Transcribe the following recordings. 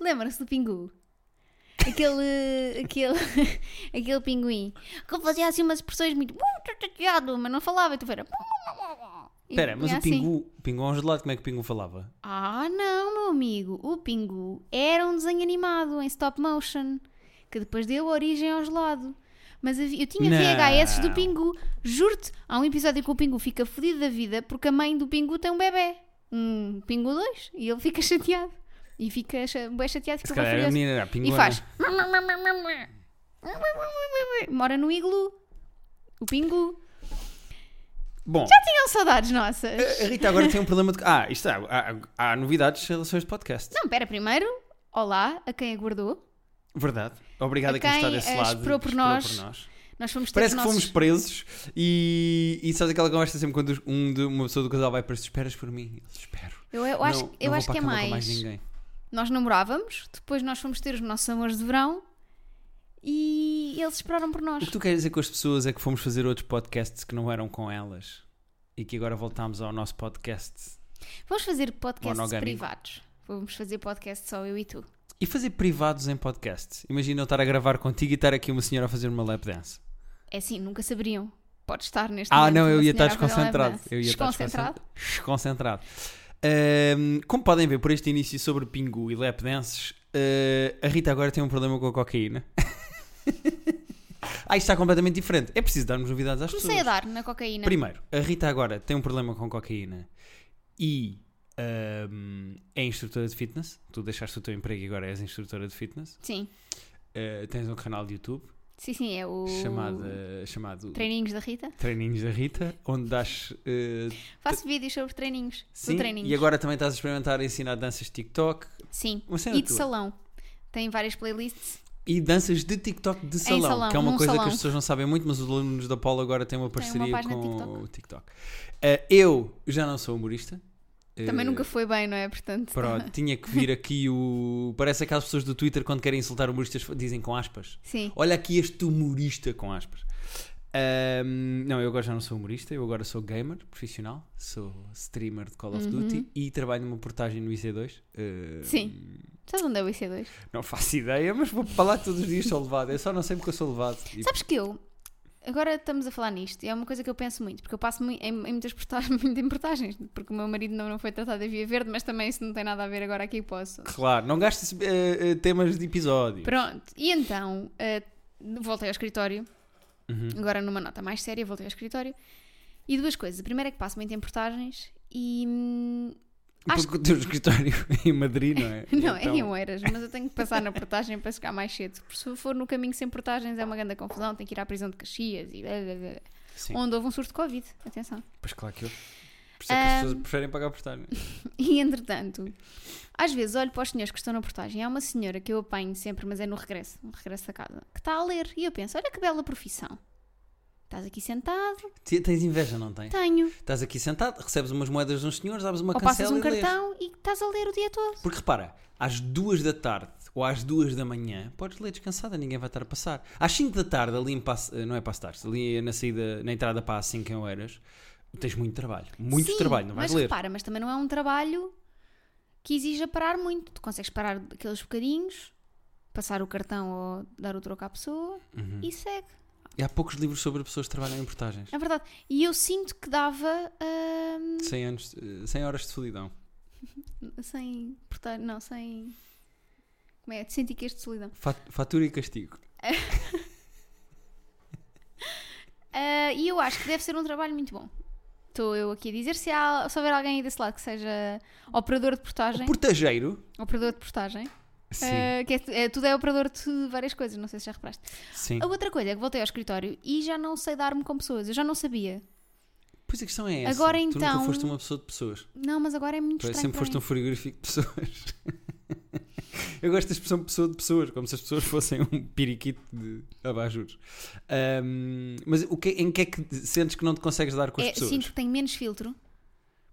lembraram-se do pingu? Aquele, aquele, aquele pinguim que fazia assim umas expressões muito mas não falava, tu era. E Espera, mas era o assim. Pingu, o Pingu é um gelado, como é que o Pingu falava? Ah, não, meu amigo. O Pingu era um desenho animado em stop motion que depois deu origem ao gelado. Mas havia- eu tinha Não. VHS do Pingu. Juro-te, há um episódio em que o Pingu fica fodido da vida porque a mãe do Pingu tem um bebê. Um Pingu 2. E ele fica chateado. E fica cha- bué chateado. Se Fica calhar bué era a né? furioso. menina, era a E Pingona. faz. Mora no iglu. O Pingu. Bom, Tinham saudades nossas. a Rita agora tem um problema de... Ah, isto há, há, há novidades em relações de podcast. Não, Então, pera, primeiro, olá a quem aguardou. Verdade. Obrigado A a quem está quem, desse eh, lado. esperou por nós. Nós fomos ter Parece os que nossos... fomos presos e, e sabes aquela conversa sempre quando os- um de- uma pessoa do casal vai para tu esperas por mim? Eu espero. Eu, eu Não, acho, não eu vou acho que para é a cama com mais. ninguém. nós namorávamos, depois nós fomos ter os nossos amores de verão e eles esperaram por nós. O que tu queres dizer com as pessoas é que fomos fazer outros podcasts que não eram com elas e que agora voltámos ao nosso podcast. Vamos fazer podcasts Monogâmico. privados. Vamos fazer podcast só eu e tu. E fazer privados em podcast. Imagina eu estar a gravar contigo e estar aqui uma senhora a fazer uma lap dance. É assim, nunca saberiam. Pode estar neste Ah, momento não, eu uma ia estar senhora a fazer um desconcentrado. lap dance. Eu ia estar desconcentrado. desconcentrado. Desconcentrado. Ahm, como podem ver por este início sobre pingu e lap dances, eh, a Rita agora tem um problema com a cocaína. ah, isto está completamente diferente. É preciso darmos novidades às Comecei pessoas. a dar né? na cocaína. Primeiro, a Rita agora tem um problema com cocaína e ahm, é instrutora de fitness. Tu deixaste o teu emprego e agora és instrutora de fitness. Sim, Eh, tens um canal de YouTube sim, sim, é o. chamado, chamado Treininhos da Rita. Treininhos da Rita, onde das Faço vídeos sobre treininhos. sim, do treininhos. e agora também estás a experimentar ensinar danças de TikTok Sim. Uma cena E de tua. salão. Tem várias playlists. e danças de TikTok de salão, salão, que é uma num coisa que salão. as pessoas não sabem muito, mas os alunos da Polo agora têm uma parceria página com TikTok. o TikTok. Eh, eu já não sou humorista. Também Eh, nunca foi bem, não é? Portanto. Pronto, tinha que vir aqui o. Parece aquelas pessoas do Twitter quando querem insultar humoristas dizem com aspas. Sim. Olha aqui este humorista com aspas. Ahm, não, eu agora já não sou humorista, eu agora sou gamer profissional, sou streamer de Call of Uhum. Duty e trabalho numa portagem no IC2. Ahm, Sim. Sabes onde é o IC2? Não faço ideia, mas vou para lá todos os dias sou levado. Eu só não sei porque eu sou levado. E- Sabes que eu, agora estamos a falar nisto, e é uma coisa que eu penso muito, porque eu passo mui- em, em muitas portagens, muito em portagens, porque o meu marido não, não foi tratado a via verde, mas também isso não tem nada a ver agora aqui posso. Claro, não gastes eh, eh, temas de episódio. Pronto, e então eh, voltei ao escritório, Uhum. agora numa nota mais séria, voltei ao escritório, e duas coisas. A primeira é que passo muito em portagens e. hum, acho Porque o teu escritório é em Madrid, não é? Não, é Então, em Oeiras, mas eu tenho que passar na portagem para chegar mais cedo. Porque se for no caminho sem portagens é uma grande confusão, tenho que ir à prisão de Caxias e. Sim, Onde houve um surto de Covid, atenção. pois claro que eu. Por isso é que as Ahm. pessoas preferem pagar portagem. E entretanto, às vezes olho para os senhores que estão na portagem. Há uma senhora que eu apanho sempre, mas é no regresso, no regresso da casa, que está a ler. E eu penso: olha que bela profissão. Estás aqui sentado? Te- Tens inveja, não tens? Tenho. Estás aqui sentado, recebes umas moedas de uns senhores, abres uma Ou passas cancela um e lês. cartão e estás a ler o dia todo. Porque repara, às duas da tarde ou às duas da manhã, podes ler descansada, ninguém vai estar a passar. Às 5 da tarde, ali em Passo- eh, não é Passo Tarde, ali na saída, na entrada para a 5 em Oeiras, tens muito trabalho. Muito Sim, trabalho, não vais mas ler. repara, mas também não é um trabalho que exija parar muito. Tu consegues parar aqueles bocadinhos, passar o cartão ou dar o troco à pessoa Uhum. e segue. E há poucos livros sobre pessoas que trabalham em portagens. É verdade. E eu sinto que dava hum, 100, anos, eh, 100 horas de solidão. Sem. Portanto, não, sem. Como é? Senti que este de solidão. Fa- Fatura e castigo. Ah, e eu acho que deve ser um trabalho muito bom. Estou eu aqui a dizer. Se, há, se houver alguém aí desse lado que seja operador de portagem. O portageiro. Operador de portagem. Sim, ah, que é- é- tudo é operador de várias coisas, não sei se já reparaste. sim. A outra coisa é que voltei ao escritório e já não sei dar-me com pessoas. Eu já não sabia. Pois a questão é essa. Agora tu nunca então- foste uma pessoa de pessoas. Não, mas agora é muito Tu é- estranho. sempre para foste um mim. frigorífico de pessoas. Eu gosto da expressão pessoa de pessoas, como se as pessoas fossem um periquito de abajuros. Ahm, mas o que, em que é que te- sentes que não te consegues dar com as É, pessoas? sinto que tenho menos filtro.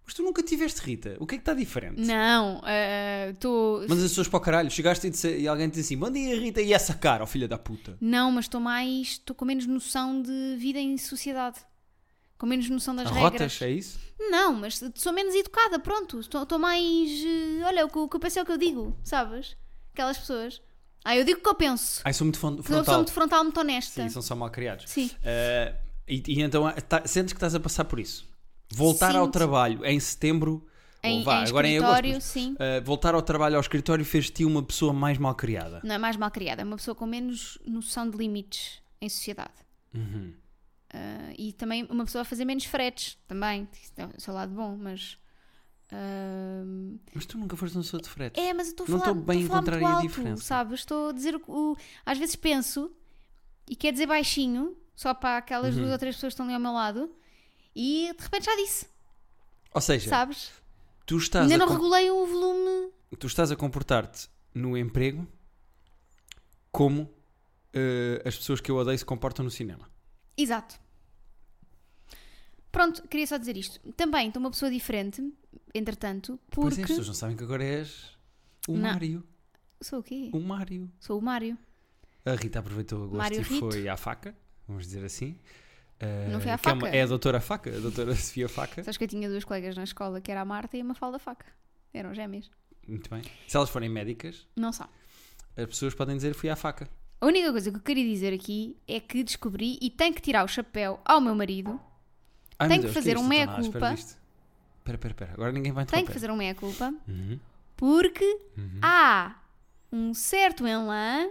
Mas tu nunca tiveste Rita. O que é que está diferente? Não, ah, estou. Mas as pessoas para o caralho, chegaste e, disse- e alguém te disse assim: Bom dia, Rita, e essa cara, ó filha da puta. Não, mas estou mais. Estou com menos noção de vida em sociedade. Com menos noção das regras. Arrotas, é isso? Não, mas sou menos educada, pronto. Estou estou mais. eh, olha, o que, o que eu pensei é o que eu digo, sabes? aquelas pessoas. Ah, eu digo o que eu penso. Ai, sou muito fron- Sou uma pessoa frontal. muito frontal, muito honesta. Sim, são só mal criados. Sim. Eh, e, e então eh, tá- sentes que estás a passar por isso. Voltar ao Sinto. trabalho em setembro, Em, ou vá, em agora em agosto, escritório, mas, sim. eh, voltar ao trabalho ao escritório fez-te de ti uma pessoa mais mal criada. Não é mais mal criada, é uma pessoa com menos noção de limites em sociedade. Uhum. Ah, e também uma pessoa a fazer menos fretes, também. Isso é o seu lado bom, mas. ah, Mas tu nunca foste uma pessoa de frete. É, mas eu estou a Não falar, estou bem estou a falar encontrar muito aí a alto, diferença. sabe? Eu Estou a dizer o, o- Às vezes penso e quer dizer baixinho, só para aquelas Uhum. duas ou três pessoas que estão ali ao meu lado, e de repente já disse, Ou seja, sabes? tu estás, Ainda a não com- regulei o volume. tu estás a comportar-te no emprego como eh, as pessoas que eu odeio se comportam no cinema. Exato. Pronto, queria só dizer isto. Também estou uma pessoa diferente, entretanto, Pois é, as porque. pessoas não sabem que agora és o Não. Mário. Sou o quê? O Mário. Sou o Mário. A Rita aproveitou agosto Mário e Rito. foi à faca, vamos dizer assim. Eh, Não foi à que é uma- faca. É, a doutora faca, a doutora Sofia Faca. Sabes que eu tinha duas colegas na escola, que era a Marta e a Mafalda Faca. Eram gêmeas. Muito bem. Se elas forem médicas, Não são. as pessoas podem dizer fui à faca. A única coisa que eu queria dizer aqui é que descobri e tenho que tirar o chapéu ao meu marido, Ai, Tenho meu que Deus, o é fazer isto, um Dona Ana? Espera meia-culpa. disto. Espera, espera, espera. Agora ninguém vai tenho interromper. que fazer uma meia-culpa, Uhum, porque há um certo enlã,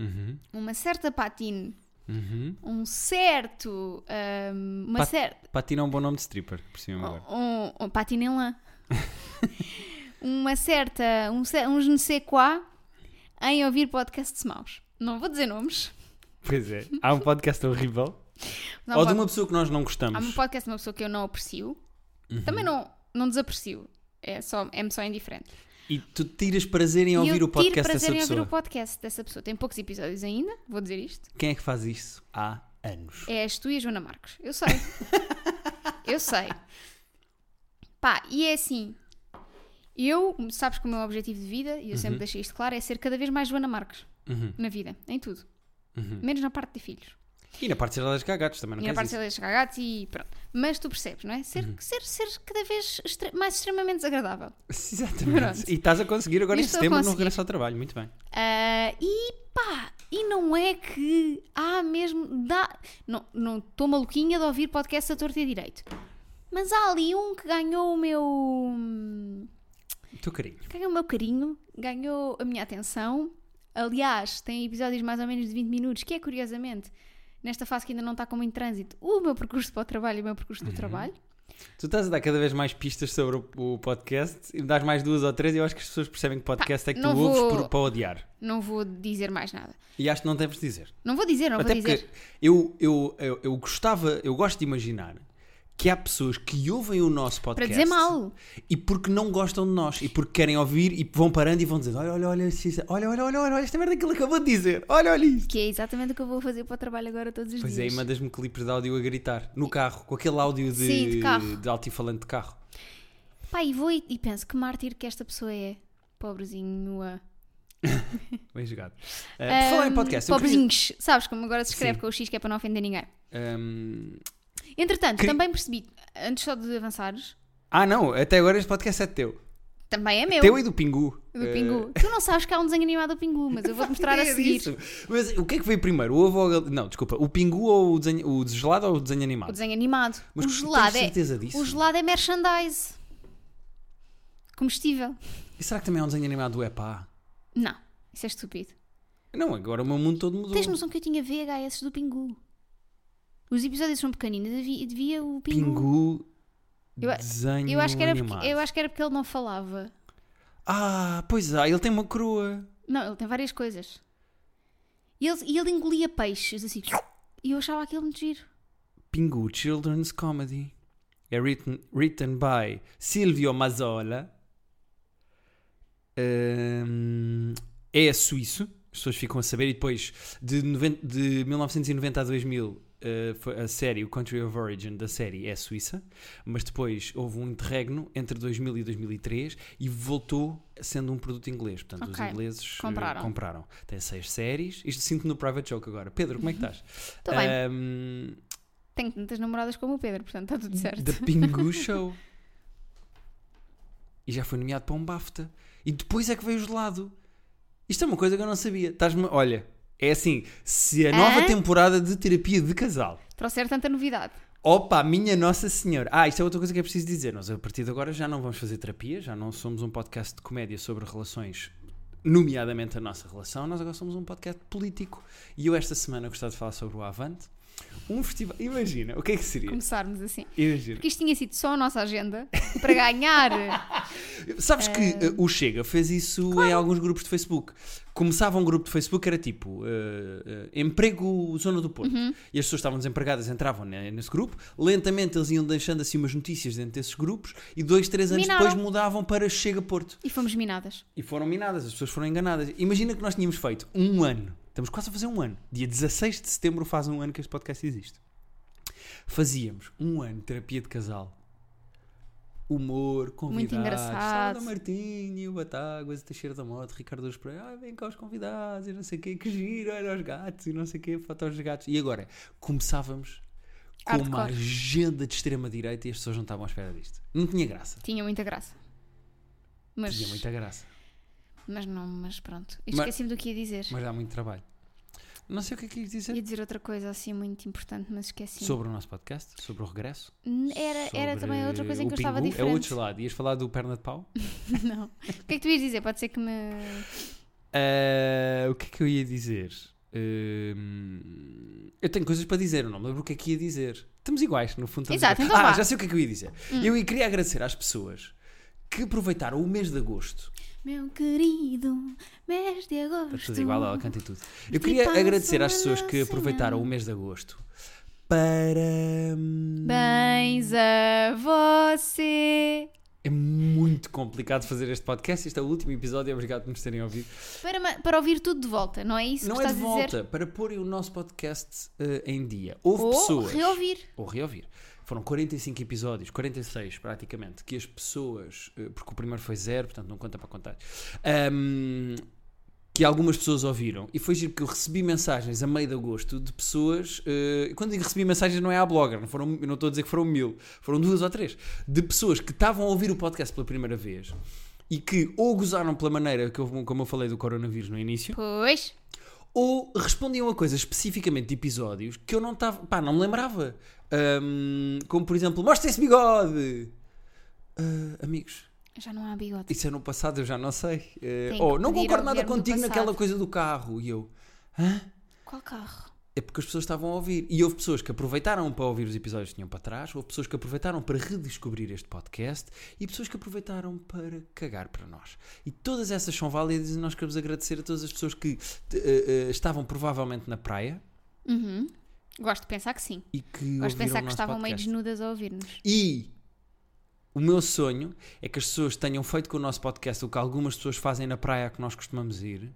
uhum, uma certa patine, uhum. um certo. hum, uma Pat- certa. Patina é um bom nome de stripper, por cima agora. Um, um patine enlã. uma certa. um, cer- um je ne sais quoi em ouvir podcasts maus. Não vou dizer nomes. Pois é. Há um podcast horrível. mas há um Ou de pod- uma pessoa que nós não Há um gostamos. podcast de uma pessoa que eu não aprecio. Uhum. Também não, não desaprecio. É só, é-me só indiferente. E tu tiras prazer em E ouvir eu o tiro podcast dessa prazer em pessoa. ouvir o podcast dessa pessoa. Tem poucos episódios ainda, vou dizer isto. Quem é que faz isso há anos? És tu e a Joana Marcos. Eu sei. eu sei. Pá, e é assim. Eu, sabes que o meu objetivo de vida, e eu sempre deixei isto claro, é ser cada vez mais Joana Marcos Uhum. na vida, em tudo. Uhum. Menos na parte de filhos. E na parte de ser alérgica a gatos também, não e na queres parte isso? de ser gatos e pronto. Mas tu percebes, não é? Ser, Uhum. ser, ser cada vez extre- mais extremamente desagradável. Exatamente. Pronto. E estás a conseguir agora E em estou a setembro no conseguir. regresso ao trabalho. Muito bem. Ah, e pá, e não é que há mesmo. Dá, não não estou maluquinha de ouvir podcast a torta e a direito. Mas há ali um que ganhou o meu. Teu carinho. ganhou o meu carinho, ganhou a minha atenção. Aliás, tem episódios mais ou menos de 20 minutos, que é curiosamente, nesta fase que ainda não está com muito trânsito, o meu percurso para o trabalho e o meu percurso Uhum. do trabalho. Tu estás a dar cada vez mais pistas sobre o, o podcast e me dás mais duas ou três e eu acho que as pessoas percebem que podcast é que tu não ouves vou- por, para odiar. Não vou dizer mais nada. E acho que não deves dizer. Não vou dizer, não Até vou dizer. porque eu, eu, eu, eu gostava, eu gosto de imaginar que há pessoas que ouvem o nosso Para podcast dizer mal. e porque não gostam de nós e porque querem ouvir e vão parando e vão dizendo olha, olha, olha, isso- olha, olha, olha, olha, esta merda que ele acabou de dizer, olha, olha isto. Que é exatamente o que eu vou fazer para o trabalho agora todos os Pois é, e dias. mandas-me clipes de áudio a gritar no carro, com aquele áudio de, Sim, de carro. de altifalante de carro. Pá, e vou e, e penso que mártir que esta pessoa é. Pobrezinho. ah. Bem jogado. Eh, por falar em Ahm, podcast, eu queria- Pobrezinhos. Sabes como agora se escreve Sim. com o X que é para não ofender ninguém. Ahm, Entretanto, Queria- também percebi, antes só de avançares, Ah, não, até agora este podcast é teu. também é meu. Teu e do Pingu. Do Eh, Pingu. Tu não sabes que há um desenho animado do Pingu, mas eu vou-te mostrar a ideia seguir. disso. Mas o que é que veio primeiro? O ovo ou a gal- Não, desculpa. O pingu ou o desenho, o gelado ou o desenho O animado? desenho animado. Mas o tu gelado tens certeza é. disso? O gelado é merchandise. Comestível. E será que também é um desenho animado do Epá? Não, isso é estúpido. Não, agora o meu mundo todo mudou. Tens noção que eu tinha VHS do Pingu? Os episódios são pequeninos, eu devia, devia o Pingu. Pingu, Eu- desenho Eu acho, que era animado. porque, eu acho que era porque ele não falava. Ah, pois é, ele tem uma crua. Não, ele tem várias coisas. E ele, e ele engolia peixes, assim. E eu achava aquilo muito giro. Pingu Children's Comedy. É written, written by Silvio Mazzola. Ahm, é suíço, as pessoas ficam a saber. E depois, de, 90 de 1990 a 2000, ah, foi a série, o Country of Origin da série é suíça. Mas depois houve um interregno entre 2000 e 2003 e voltou sendo um produto inglês. Portanto, Ok. os ingleses ah, Compraram. compraram. Tem seis séries. Isto sinto no Private Joke agora. Pedro, como é que estás? Tô bem. Ahm, Tenho tantas namoradas como o Pedro, portanto está tudo certo. The Pingu Show. E já foi nomeado para um BAFTA. E depois é que veio o gelado. Isto é uma coisa que eu não sabia. Estás-me. Olha, é assim: se a nova Hã? temporada de terapia de casal. Trouxer tanta novidade. Opa, minha Nossa Senhora! Ah, isto é outra coisa que é preciso dizer. Nós a partir de agora já não vamos fazer terapia, já não somos um podcast de comédia sobre relações, nomeadamente a nossa relação. Nós agora somos um podcast político. E eu esta semana gostava de falar sobre o Avante. Um festival. Imagina, o que é que seria? Começarmos assim. Imagina. Porque isto tinha sido só a nossa agenda para ganhar. Sabes que eh, o Chega fez isso em alguns grupos de Facebook. Começava um grupo de Facebook, era tipo eh, eh, emprego Zona do Porto. E as pessoas estavam desempregadas, entravam ne- nesse grupo. Lentamente eles iam deixando assim umas notícias dentro desses grupos e dois, três anos Minaram. depois mudavam para Chega Porto. E fomos minadas. E foram minadas, as pessoas foram enganadas. Imagina que nós tínhamos feito um ano. Estamos quase a fazer um ano. Dia 16 de setembro faz um ano que este podcast existe. Fazíamos um ano de terapia de casal. Humor, convidados. engraçado. Sara Martinho, Batáguas, Teixeira da Mota, Ricardo dos Pereira. Ai, vem cá os convidados e não sei o quê. Que giro, olha os gatos e não sei o quê. Foto aos gatos. E agora, começávamos com uma Hardcore. agenda de extrema-direita e as pessoas não estavam à espera disto. Não tinha graça. Tinha muita graça. Mas, Tinha muita graça. mas não, mas pronto. Eu Mas- Esqueci-me do que ia dizer. Mas dá muito trabalho. Não sei o que é que quis dizer. Ia dizer outra coisa assim muito importante, mas esqueci. Sobre o nosso podcast, sobre o regresso. N- assim. Era, era também sobre outra coisa em o que eu estava Pingu. diferente. É o outro lado. Ias falar do perna de pau? Não. O que é que tu ias dizer? Pode ser que me. Ah, o que é que eu ia dizer? Hum, eu tenho coisas para dizer, eu não me lembro o que é que ia dizer. Estamos iguais, no fundo. estamos Exato, iguais. então Ah, vá. Hum. já sei o que é que eu ia dizer. Eu ia- queria agradecer às pessoas que aproveitaram o mês de agosto. Meu querido mês de agosto. Está Tá tudo igual, ela canta e tudo. Eu Que queria passa agradecer às pessoas na que aproveitaram o mês de agosto para. hum, Bens a você. É muito complicado fazer este podcast. Este é o último episódio. Obrigado por nos terem ouvido. Para, ma- para ouvir tudo de volta, não é isso Não que é de estás a dizer? volta para pôr o nosso podcast eh, em dia. Houve Ou pessoas. reouvir. Ou reouvir. Foram 45 episódios, 46 praticamente, que as pessoas. eh, porque o primeiro foi zero, portanto não conta para contar. Ahm, que algumas pessoas ouviram. E foi giro porque eu recebi mensagens a meio de agosto de pessoas. eh, quando digo recebi mensagens, não é à blogger, não, foram, eu não estou a dizer que foram mil, foram duas ou três. De pessoas que estavam a ouvir o podcast pela primeira vez e que ou gozaram pela maneira que eu, como eu falei do coronavírus no início, Pois. ou respondiam a coisas especificamente de episódios que eu não estava. pá, não me lembrava. Ahm, como por exemplo, mostra esse bigode! Ah, amigos, Já não há bigode. isso é no passado, eu já não sei. Eh, Tem que ou não pedir concordo ao governo nada do contigo naquela passado. coisa do carro. E eu, Qual carro? é porque as pessoas estavam a ouvir. E houve pessoas que aproveitaram para ouvir os episódios que tinham para trás, houve pessoas que aproveitaram para redescobrir este podcast e pessoas que aproveitaram para cagar para nós. E todas essas são válidas e nós queremos agradecer a todas as pessoas que eh, eh, estavam provavelmente na praia Uhum. Gosto de pensar que sim. e que Gosto de ouviram pensar o que nosso estavam meio podcast. desnudas a ouvir-nos. E o meu sonho é que as pessoas tenham feito com o nosso podcast o que algumas pessoas fazem na praia que nós costumamos ir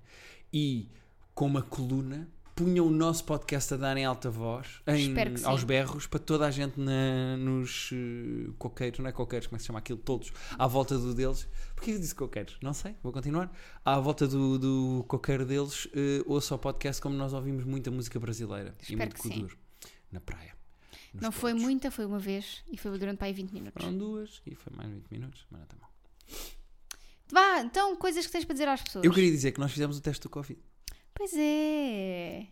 e com uma coluna punham o nosso podcast a dar em alta voz em- Espero que sim. aos berros para toda a gente na- nos eh, coqueiros, não é coqueiros, como é que se chama aquilo? Todos, à volta do deles. Porquê eu disse coqueiros? Não sei, vou continuar. À volta do, do coqueiro deles, eh, ouça o podcast como nós ouvimos muita música brasileira e Espero muito que sim. kuduro na praia. nos Não foi portos. muita, foi uma vez e foi durante para aí 20 minutos. Foram duas e foi mais 20 minutos, mas não está mal. Vá, então, coisas que tens para dizer às pessoas. Eu queria dizer que nós fizemos o teste do Covid. Pois é.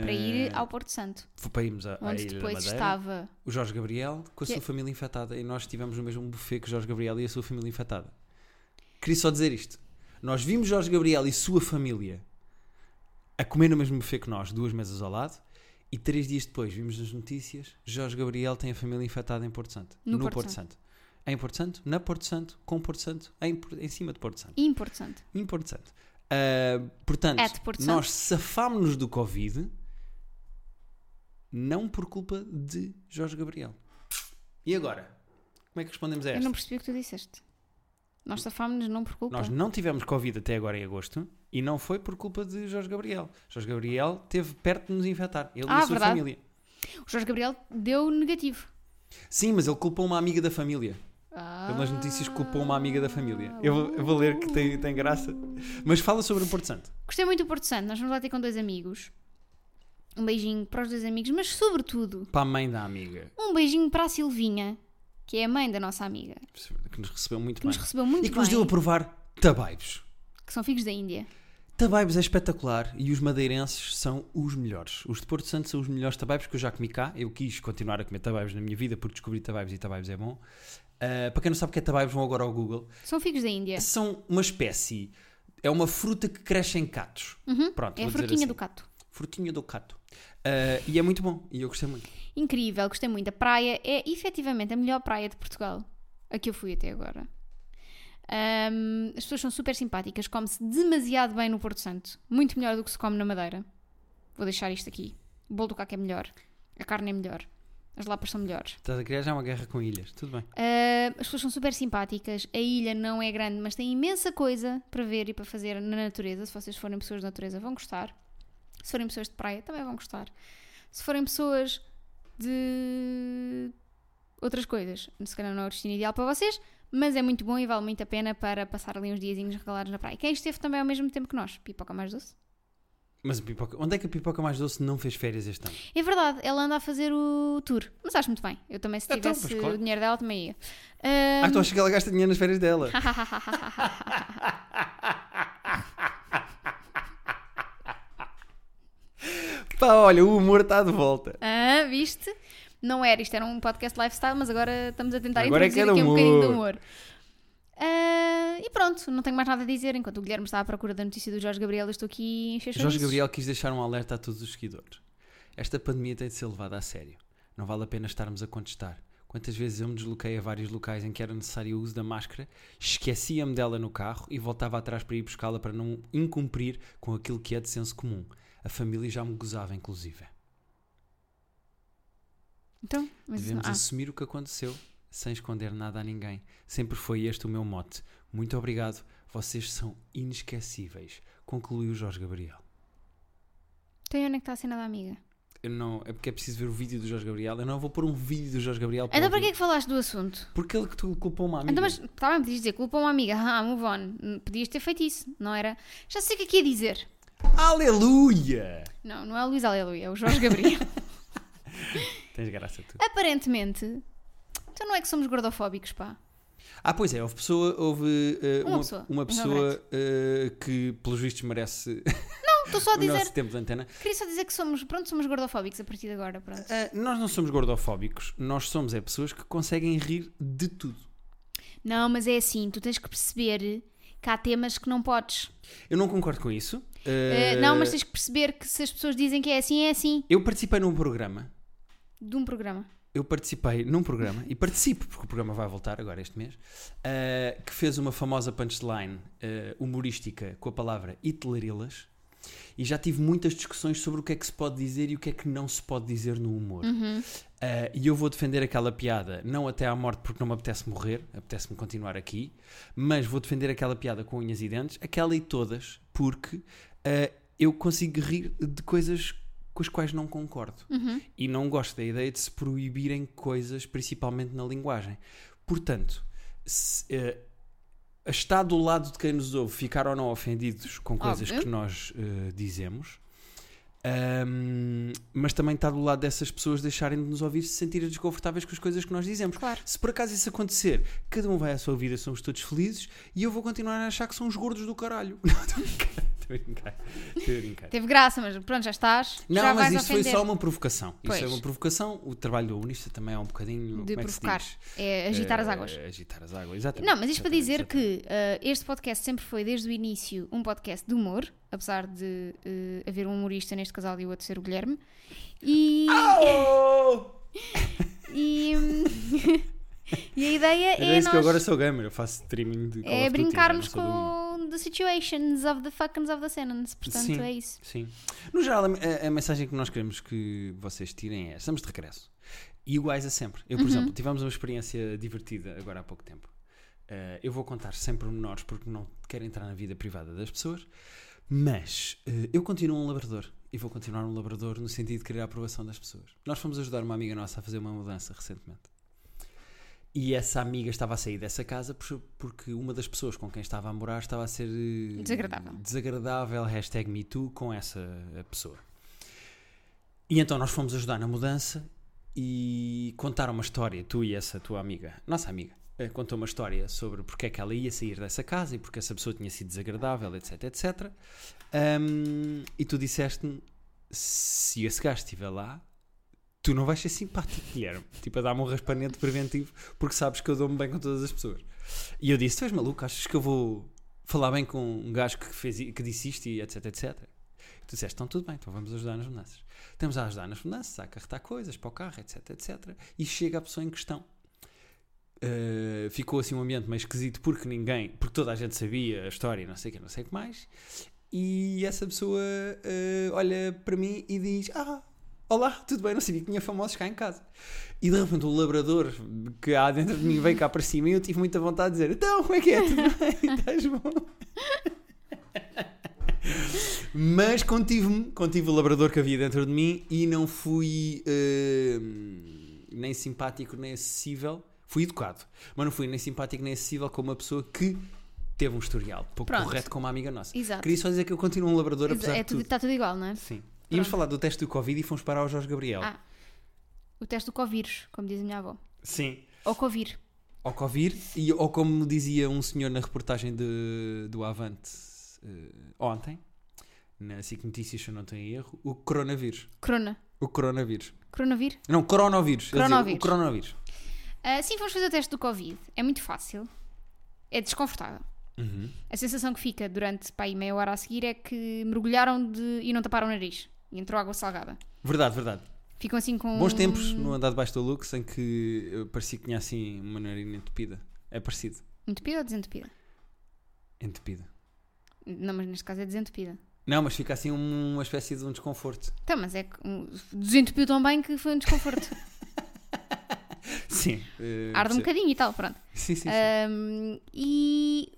Para ir ao Porto Santo, Foi para irmos a, Eh, à onde Ilha da depois Madeira. estava. O Jorge Gabriel com a Que- é- sua família infectada. E nós estivemos no mesmo buffet que o Jorge Gabriel e a sua família infectada. Queria só dizer isto. Nós vimos Jorge Gabriel e sua família a comer no mesmo buffet que nós, duas mesas ao lado. E três dias depois vimos nas notícias: Jorge Gabriel tem a família infectada em Porto Santo. No Porto Santo. Em Porto Santo, na Porto Santo, com Porto Santo, em, Por- em cima de Porto Santo. Importante. Importante. Ah, portanto, At Porto Santo. nós safámos-nos do Covid não por culpa de Jorge Gabriel. E agora? Como é que respondemos a Eu não esta? percebi o que tu disseste. Nós safámos-nos, não por culpa. Nós não tivemos Covid até agora em agosto e não foi por culpa de Jorge Gabriel. Jorge Gabriel teve perto de nos infectar. Ele e Ah, a sua verdade. família. O Jorge Gabriel deu negativo. Sim, mas ele culpou uma amiga da família. Ah, Ele nas notícias culpou uma amiga da família. Eu, vou- eu vou ler que tem, tem graça. Mas fala sobre o Porto Santo. Gostei muito do Porto Santo. Nós vamos lá ter com dois amigos. Um beijinho para os dois amigos, mas sobretudo Para a mãe da amiga, um beijinho para a Silvinha, que é a mãe da nossa amiga, que nos recebeu muito que nos bem. recebeu muito e que nos deu a bem, provar tabaibos. que são figos da Índia. Tabaibos é espetacular e os madeirenses são os melhores. Os de Porto Santo são os melhores tabaibos que eu já comi cá. Eu quis continuar a comer tabaibos na minha vida porque descobri tabaibos e tabaibos é bom. Ah, para quem não sabe o que é tabaibos, vão agora ao Google. São figos da Índia. São uma espécie, é uma fruta que cresce em catos. Pronto, É a vou dizer frutinha assim. do cato. Frutinha do cato. Ah, e é muito bom e eu gostei muito. Incrível, gostei muito. A praia é efetivamente a melhor praia de Portugal. A que eu fui até agora. Ahm, as pessoas são super simpáticas, come-se demasiado bem no Porto Santo. Muito melhor do que se come na Madeira. Vou deixar isto aqui. O bolo do caco é melhor, a carne é melhor, as lapas são melhores. Estás a criar já uma guerra com ilhas, tudo bem. Ah, as pessoas são super simpáticas, a ilha não é grande, mas tem imensa coisa para ver e para fazer na natureza. Se vocês forem pessoas de natureza, vão gostar. Se forem pessoas de praia, também vão gostar. Se forem pessoas de outras coisas, se calhar não é o destino ideal para vocês, mas é muito bom e vale muito a pena para passar ali uns diazinhos regalados na praia. Quem esteve também ao mesmo tempo que nós, Pipoca Mais Doce. Mas a pipoca, onde é que a pipoca mais doce não fez férias este ano? É verdade, ela anda a fazer o tour, mas acho muito bem. Eu também, se Então, tivesse pois claro. o dinheiro dela, também ia. Ah, Ah, tu achas que ela gasta dinheiro nas férias dela? Pá, olha, o humor está de volta. Ah, viste? Não era, isto era um podcast lifestyle, mas agora estamos a tentar Agora é que introduzir era aqui um bocadinho de humor. humor. Ah, e pronto, não tenho mais nada a dizer. Enquanto o Guilherme está à procura da notícia do Jorge Gabriel, eu estou aqui a encher Jorge chouriços. Gabriel quis deixar um alerta a todos os seguidores. Esta pandemia tem de ser levada a sério. Não vale a pena estarmos a contestar. Quantas vezes eu me desloquei a vários locais em que era necessário o uso da máscara, esquecia-me dela no carro e voltava atrás para ir buscá-la para não incumprir com aquilo que é de senso comum. A família já me gozava, inclusive. Então, mas isso não- Devemos ah, assumir o que aconteceu, sem esconder nada a ninguém. Sempre foi este o meu mote. Muito obrigado, vocês são inesquecíveis. Concluiu Jorge Gabriel. então onde é que está a cena da amiga? Eu não, é porque é preciso ver o vídeo do Jorge Gabriel. Eu não vou pôr um vídeo do Jorge Gabriel. para Então, para que é ouvir. que falaste do assunto? Porque ele que tu culpou uma amiga. Então, mas está bem, podias dizer culpa a uma amiga, ah, move on. Podias ter feito isso, não era? Já sei o que é que ia dizer. Aleluia! Não, não é o Luís Aleluia, é o Jorge Gabriel. Tens graça tu. Aparentemente, então não é que somos gordofóbicos, pá. Ah, pois é, houve pessoa, houve eh, Uma uma, pessoa, uma um pessoa eh, que, pelos vistos, merece Estou só a o dizer nosso tempo de antena. Queria só dizer que somos, pronto, somos gordofóbicos a partir de agora, pronto. Eh, nós não somos gordofóbicos, nós somos é pessoas que conseguem rir de tudo. Não, mas é assim, tu tens que perceber que há temas que não podes. Eu não concordo com isso. Eh, Eh, não, mas tens que perceber que se as pessoas dizem que é assim, é assim. Eu participei num programa. De um programa. Eu participei num programa e participo, porque o programa vai voltar agora este mês, eh, que fez uma famosa punchline eh, humorística com a palavra hitlerilas. E já tive muitas discussões sobre o que é que se pode dizer e o que é que não se pode dizer no humor. Uhum. Eh, e eu vou defender aquela piada, não até à morte, porque não me apetece morrer, apetece-me continuar aqui, mas vou defender aquela piada com unhas e dentes, aquela e todas, porque eh, eu consigo rir de coisas com as quais não concordo. E não gosto da ideia de se proibirem coisas, principalmente na linguagem. Portanto, se, eh, está do lado de quem nos ouve ficar ou não ofendidos com coisas Óbvio. que nós eh, dizemos, ahm, mas também está do lado dessas pessoas deixarem de nos ouvir se sentirem desconfortáveis com as coisas que nós dizemos. Claro. Se por acaso isso acontecer, cada um vai à sua vida, somos todos felizes e eu vou continuar a achar que são os gordos do caralho. Não, estou a brincar, estou a brincar, estou a brincar. Teve graça, mas pronto, já estás. Não, já mas vais isto foi ofender. só uma provocação. Pois. Isso é uma provocação. O trabalho do unista também é um bocadinho. De como é que se provocar. diz? É agitar as Eh, águas. Agitar as águas, exatamente. Não, mas isto para exatamente, dizer exatamente. que ah, este podcast sempre foi, desde o início, um podcast de humor, apesar de ah, haver um humorista neste casal e o outro ser o Guilherme. E. Oh! E, hum, e a ideia Era é isso que eu nós agora sou gamer, eu faço streaming de Call é of Duty, brincarmos eu não sou do humor. com the situations of the fuckings of the sentence. Portanto, Sim. é isso. Sim. No geral, a, a mensagem que nós queremos que vocês tirem é: estamos de regresso. E iguais a sempre. Eu, por exemplo, tivemos uma experiência divertida agora há pouco tempo. Eh, eu vou contar sem pormenores porque não quero entrar na vida privada das pessoas, mas eh, eu continuo um labrador. E vou continuar um labrador no sentido de querer a aprovação das pessoas. Nós fomos ajudar uma amiga nossa a fazer uma mudança recentemente. E essa amiga estava a sair dessa casa por- porque uma das pessoas com quem estava a morar estava a ser eh, Desagradável. desagradável, hashtag MeToo, com essa eh, pessoa. E então nós fomos ajudar na mudança e contar uma história, tu e essa tua amiga, nossa amiga. eh, contou uma história sobre porque é que ela ia sair dessa casa e porque essa pessoa tinha sido desagradável, etc, etc. Ahm, e tu disseste-me, se esse gajo estiver lá, tu não vais ser simpático, Guilherme. Tipo, a dar-me um raspanete preventivo porque sabes que eu dou-me bem com todas as pessoas. E eu disse, tu és maluco, achas que eu vou falar bem com um gajo que, fez, i- que disse isto e etc, etc. E tu disseste, então tudo bem, então vamos ajudar nas mudanças. Estamos a ajudar nas mudanças, a carretar coisas para o carro, etc, etc. E chega a pessoa em questão. Uh, ficou assim um ambiente meio esquisito porque ninguém, porque toda a gente sabia a história, e não sei o que, não sei o que mais. E essa pessoa uh, olha para mim e diz: Ah, olá, tudo bem, não sabia que tinha famosos cá em casa. E de repente o labrador que há dentro de mim veio cá para cima e eu tive muita vontade de dizer: Então, como é que é? Tudo bem? Estás bom? Mas contive-me, contive o labrador que havia dentro de mim e não fui eh, nem simpático nem acessível. Fui educado, mas não fui nem simpático nem acessível com uma pessoa que teve um historial pouco Pronto. correto com uma amiga nossa. Exato. Queria só dizer que eu continuo um labrador Exa- apesar é de tudo. tudo- Está tudo igual, não é? Sim. Íamos falar do teste do Covid e fomos parar ao Jorge Gabriel. Ah. O teste do Covírus, como diz a minha avó. Sim. Ou Covir. Ao Covid e ou como dizia um senhor na reportagem de, do Avante eh, ontem, na SIC Notícias, se eu não tenho erro, o coronavírus. Corona. O coronavírus. Coronavírus. Não, coronavírus. Quer dizer, Coronavírus. O coronavírus. Ah, sim, vamos fazer o teste do Covid. É muito fácil. É desconfortável. Uhum. A sensação que fica durante pá, aí meia hora a seguir é que mergulharam de... e não taparam o nariz. E entrou água salgada. Verdade, verdade. Ficam assim com. Bons tempos no andar debaixo do Lux em que eu parecia que tinha assim uma narina entupida. É parecido. Entupida ou desentupida? Entupida. Não, mas neste caso é desentupida. Não, mas fica assim uma espécie de um desconforto. Então, mas é que um, desentupiu tão bem que foi um desconforto. Sim. Arde eh, um Eh, percebo. bocadinho e tal, pronto. Sim, sim. sim. Ahm, e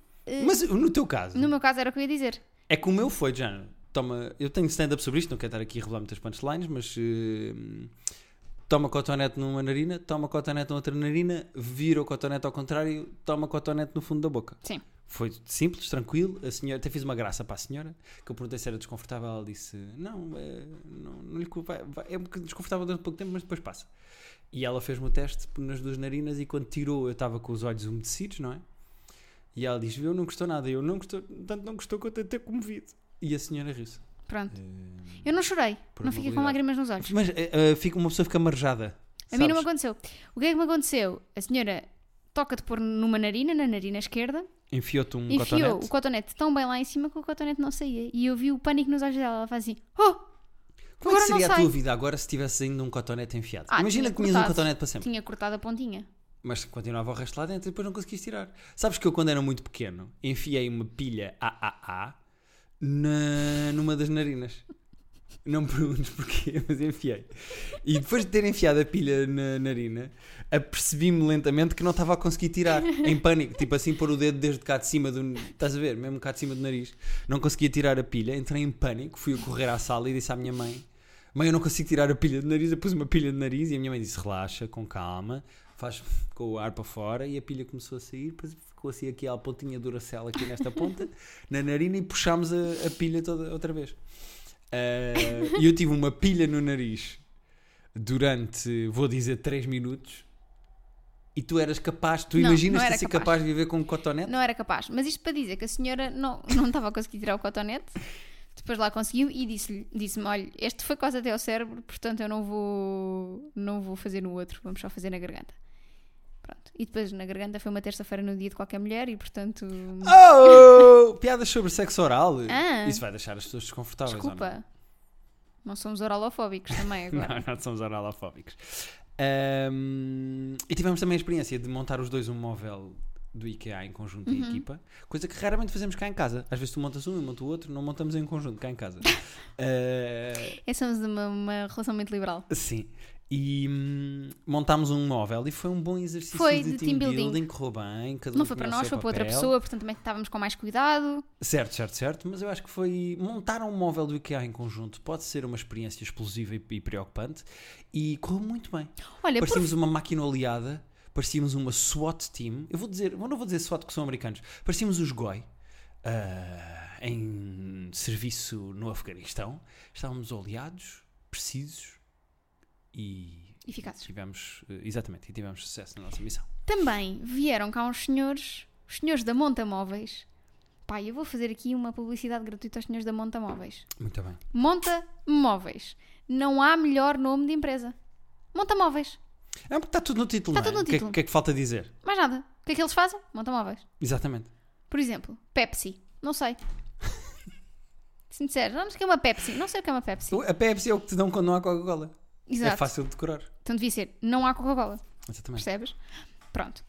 Mas no teu caso, no meu caso era o que eu ia dizer. é que o meu foi, Jano. Toma, eu tenho stand-up sobre isto, não quero estar aqui a revelar muitas punchlines, mas eh, toma cotonete numa narina, toma cotonete na outra narina, vira o cotonete ao contrário, toma cotonete no fundo da boca. Sim. Foi simples, tranquilo. A senhora, até fiz uma graça para a senhora, que eu perguntei se era desconfortável. Ela disse: Não, é, não, não lhe culpa, vai- vai- é um bocadinho desconfortável durante pouco tempo, mas depois passa. E ela fez-me o teste nas duas narinas e quando tirou, eu estava com os olhos umedecidos, não é? E ela diz: Eu não gostou nada, eu não gostou, tanto não gostou que eu até ter comovido. E a senhora riu-se. Pronto. Eh, Eu não chorei. Por não fiquei com amabilidade. lágrimas nos olhos. Mas eh, eh, fica, uma pessoa fica marejada. A mim não me sabes? aconteceu. O que é que me aconteceu? A senhora toca de pôr numa narina, na narina esquerda, Enfiou-te um enfiou cotonete. o cotonete tão bem lá em cima que o cotonete não saía. E eu vi o pânico nos olhos dela. Ela faz assim: Oh! Como é que Agora não seria a sei. tua vida agora se tivesse ainda um cotonete enfiado? Ah, Imagina tinha que tinhas um cortado. cotonete para sempre. Tinha cortado a pontinha. Mas continuava o resto lá dentro e depois não conseguiste tirar. Sabes que eu, quando era muito pequeno, enfiei uma pilha AAA na, numa das narinas. Não me perguntes porquê, mas enfiei. E depois de ter enfiado a pilha na narina, apercebi-me lentamente que não estava a conseguir tirar, em pânico. Tipo assim, pôr o dedo desde cá de cima do. Estás a ver? Mesmo cá de cima do nariz. Não conseguia tirar a pilha, entrei em pânico, fui a correr à sala e disse à minha mãe: Mãe, eu não consigo tirar a pilha de nariz. Eu pus uma pilha de nariz e a minha mãe disse: Relaxa, com calma, faz com o ar para fora. E a pilha começou a sair, depois ficou assim aqui à pontinha duracela, aqui nesta ponta, na narina e puxámos a, a pilha toda outra vez. Ah, E eu tive uma pilha no nariz durante, vou dizer, 3 minutos. E tu eras capaz, tu Não, imaginas não te era ser capaz. capaz. de viver com um cotonete? Não era capaz. Mas isto para dizer que a senhora não, não estava a conseguir tirar o cotonete. Depois lá conseguiu e disse-lhe, disse-me, olha, este foi quase até ao cérebro, portanto eu não vou, não vou fazer no outro, vamos só fazer na garganta. Pronto. E depois na garganta foi uma terça-feira no dia de qualquer mulher e Ah, portanto, Oh! Piadas sobre sexo oral. Ah. Isso vai deixar as pessoas desconfortáveis. ou não? desculpa. Não somos oralofóbicos também agora. Não, não somos oralofóbicos. Ahm, e tivemos também a experiência de montar os dois um móvel do IKEA em conjunto em Uhum. equipa, coisa que raramente fazemos cá em casa. Às vezes tu montas um, eu monto o outro, não montamos em conjunto cá em casa. Ah, É, somos de uma, uma relação muito liberal. Sim. E hum, montámos um móvel e foi um bom exercício Foi de, team building. correu bem. Cada um Não foi para tinha o nós, foi seu para outra papel. pessoa, portanto também estávamos com mais cuidado. Certo, certo, certo. Mas eu acho que foi. Montar um móvel do IKEA em conjunto pode ser uma experiência explosiva e, e preocupante e correu muito bem. Olha, É por Parecíamos uma máquina oleada, parecíamos uma SWAT team. Eu vou dizer, eu não vou dizer SWAT que são americanos, parecíamos os GOI ah, em serviço no Afeganistão. Estávamos oleados, precisos e Eficazes. Tivemos, eh, exatamente, e tivemos sucesso na nossa missão. Também vieram cá uns senhores, os senhores da Monta Móveis. Pá, eu vou fazer aqui uma publicidade gratuita aos senhores da Monta Móveis. Muito bem. Monta Móveis. Não há melhor nome de empresa. Monta Móveis. É porque está tudo no título. Está não Tá tudo no é? O que é- título. O que é que falta dizer? Mais nada. O que é que eles fazem? Montam móveis. Exatamente. Por exemplo, Pepsi. Não sei. Se me disseres, não sei o que é uma Pepsi. Não sei o que é uma Pepsi. A Pepsi é o que te dão quando não há Coca-Cola. Exato. É fácil de decorar. Então devia ser, não há Coca-Cola. Exatamente. Percebes? Pronto.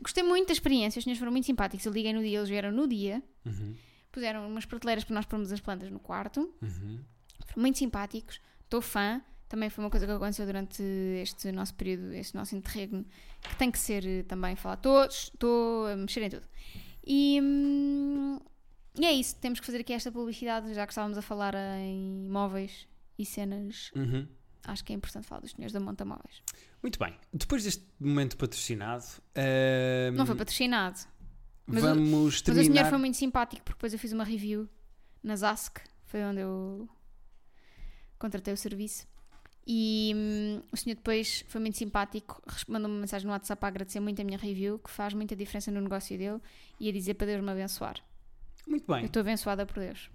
Gostei muito da experiência, os senhores foram muito simpáticos. Eu liguei no dia, eles vieram no dia. Uhum, Puseram umas prateleiras para nós pormos as plantas no quarto. uhum. Foram muito simpáticos. Estou fã. Também foi uma coisa que aconteceu durante este nosso período, este nosso interregno, que tem que ser eh, também falar todos. Estou a mexer em tudo. E, hum, e é isso. Temos que fazer aqui esta publicidade, já que estávamos a falar em imóveis e cenas. Uhum. Acho que é importante falar dos senhores da Monta Móveis. Muito bem. Depois deste momento patrocinado, ahm, Não foi patrocinado. mas o- vamos Mas o senhor terminar. foi muito simpático porque depois eu fiz uma review na Zask, foi onde eu contratei o serviço. E hum, o senhor depois foi muito simpático, res- mandou-me uma mensagem no WhatsApp a agradecer muito a minha review, que faz muita diferença no negócio dele, e a dizer para Deus me abençoar. Muito bem. Eu estou abençoada por Deus.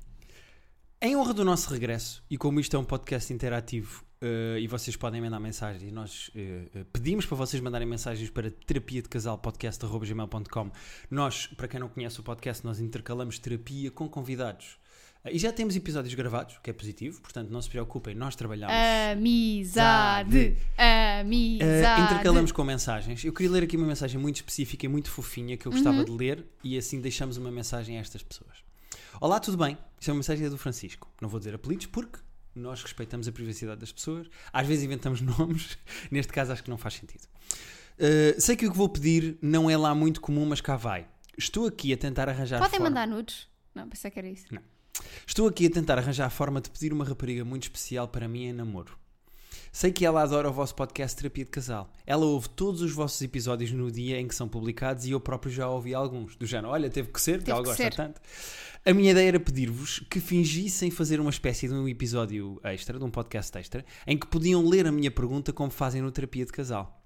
Em honra do nosso regresso, e como isto é um podcast interativo eh, e vocês podem mandar mensagens, e nós eh, eh, pedimos para vocês mandarem mensagens para terapia de casal podcast.gmail.com. Nós, para quem não conhece o podcast, nós intercalamos terapia com convidados. Eh, e já temos episódios gravados, o que é positivo, portanto não se preocupem, nós trabalhamos. Ah, Amizade! Amizade! Eh, intercalamos com mensagens. Eu queria ler aqui uma mensagem muito específica e muito fofinha que eu gostava Uhum. de ler e assim deixamos uma mensagem a estas pessoas. Olá, tudo bem? Isto é uma mensagem do Francisco. Não vou dizer apelidos porque nós respeitamos a privacidade das pessoas. Às vezes inventamos nomes. Neste caso acho que não faz sentido. Eh, sei que o que vou pedir não é lá muito comum, mas cá vai. Estou aqui a tentar arranjar Podem forma- mandar nudes? Não, pensei que era isso. Estou aqui a tentar arranjar a forma de pedir uma rapariga muito especial para mim em namoro. Sei que ela adora o vosso podcast Terapia de Casal. Ela ouve todos os vossos episódios no dia em que são publicados e eu próprio já ouvi alguns. Do género, olha, teve que ser, que Teve ela que gosta ser. tanto. A minha ideia era pedir-vos que fingissem fazer uma espécie de um episódio extra, de um podcast extra, em que podiam ler a minha pergunta como fazem no Terapia de Casal.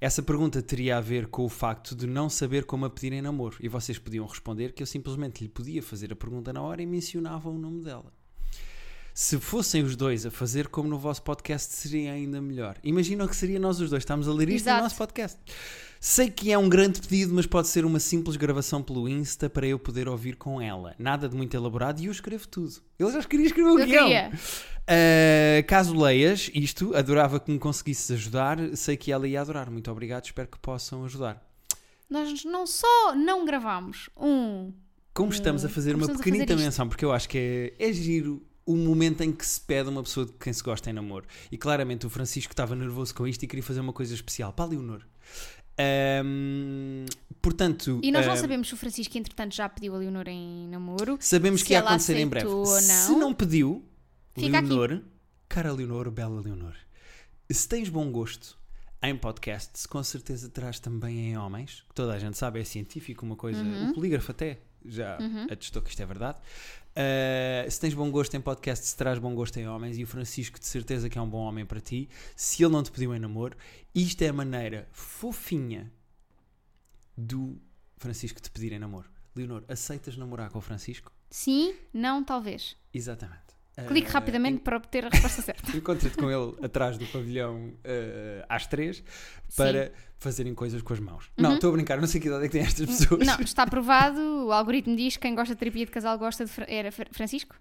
Essa pergunta teria a ver com o facto de não saber como a pedir em namoro e vocês podiam responder que eu simplesmente lhe podia fazer a pergunta na hora e mencionava o nome dela. Se fossem os dois a fazer como no vosso podcast, seria ainda melhor. Imagina o que seria nós os dois, estamos a ler isto Exato. no nosso podcast. Sei que é um grande pedido, mas pode ser uma simples gravação pelo Insta para eu poder ouvir com ela. Nada de muito elaborado e eu escrevo tudo. Ele já queria escrever o Eu guião. queria. Uh, caso leias isto, adorava que me conseguisses ajudar. Sei que ela ia adorar. Muito obrigado, espero que possam ajudar. Nós não só não gravámos um Como estamos a fazer como uma estamos a fazer pequenita isto? menção, porque eu acho que é, é giro o momento em que se pede a uma pessoa de quem se gosta em namoro. E claramente o Francisco estava nervoso com isto e queria fazer uma coisa especial para a Leonor. Um, portanto, E nós não um, sabemos se o Francisco, entretanto, já pediu a Leonor em namoro. sabemos se que ia ela acontecer em breve. aceitou ou Se não. não pediu, Fica aqui. Leonor, cara Leonor, bela Leonor, se tens bom gosto em podcasts, com certeza terás também em homens, que toda a gente sabe, é científico, uma coisa, Uhum. o polígrafo até já atestou que isto é verdade. Uh, se tens bom gosto em podcasts, terás bom gosto em homens, e o Francisco de certeza que é um bom homem para ti, se ele não te pediu em namoro, isto é a maneira fofinha do Francisco te pedir em namoro. Leonor, aceitas namorar com o Francisco? Sim, não, talvez. Exatamente. Clique Eh, rapidamente para obter a resposta certa. en- Encontra-te com ele atrás do pavilhão eh, às três para fazerem coisas com as mãos. Não, estou a brincar, não sei que idade é que têm estas pessoas. Uhum. Não, está aprovado. O algoritmo diz que quem gosta de terapia de casal gosta de. Fra- Era Fra- Francisco?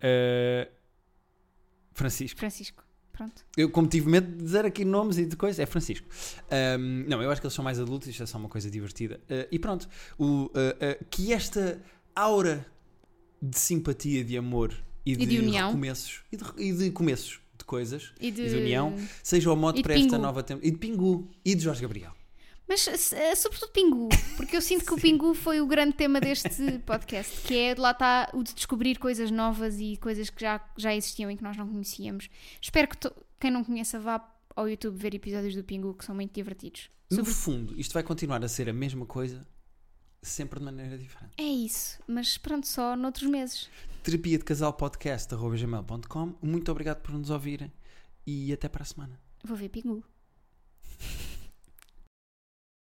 Eh, Francisco. Francisco. Pronto. Eu, como tive medo de dizer aqui nomes e de coisas, é Francisco. Ahm, não, eu acho que eles são mais adultos, isto é só uma coisa divertida. Eh, e pronto, o, eh, eh, que esta aura de simpatia, de amor e de, união. recomeços e de, e de começos de coisas E de, e de união seja o mote E de para esta Pingu. nova temporada. E de Pingu e de Jorge Gabriel. Mas se- eh, sobretudo Pingu, porque eu sinto que o Pingu foi o grande tema deste podcast, que é de lá está o de descobrir coisas novas e coisas que já, já existiam e que nós não conhecíamos. Espero que to- quem não conheça vá ao YouTube ver episódios do Pingu que são muito divertidos. No fundo, isto vai continuar a ser a mesma coisa, sempre de maneira diferente. É isso, mas pronto, só noutros meses. Terapia de casal podcast.gmail.com. Muito obrigado por nos ouvirem e até para a semana. Vou ver Pingu.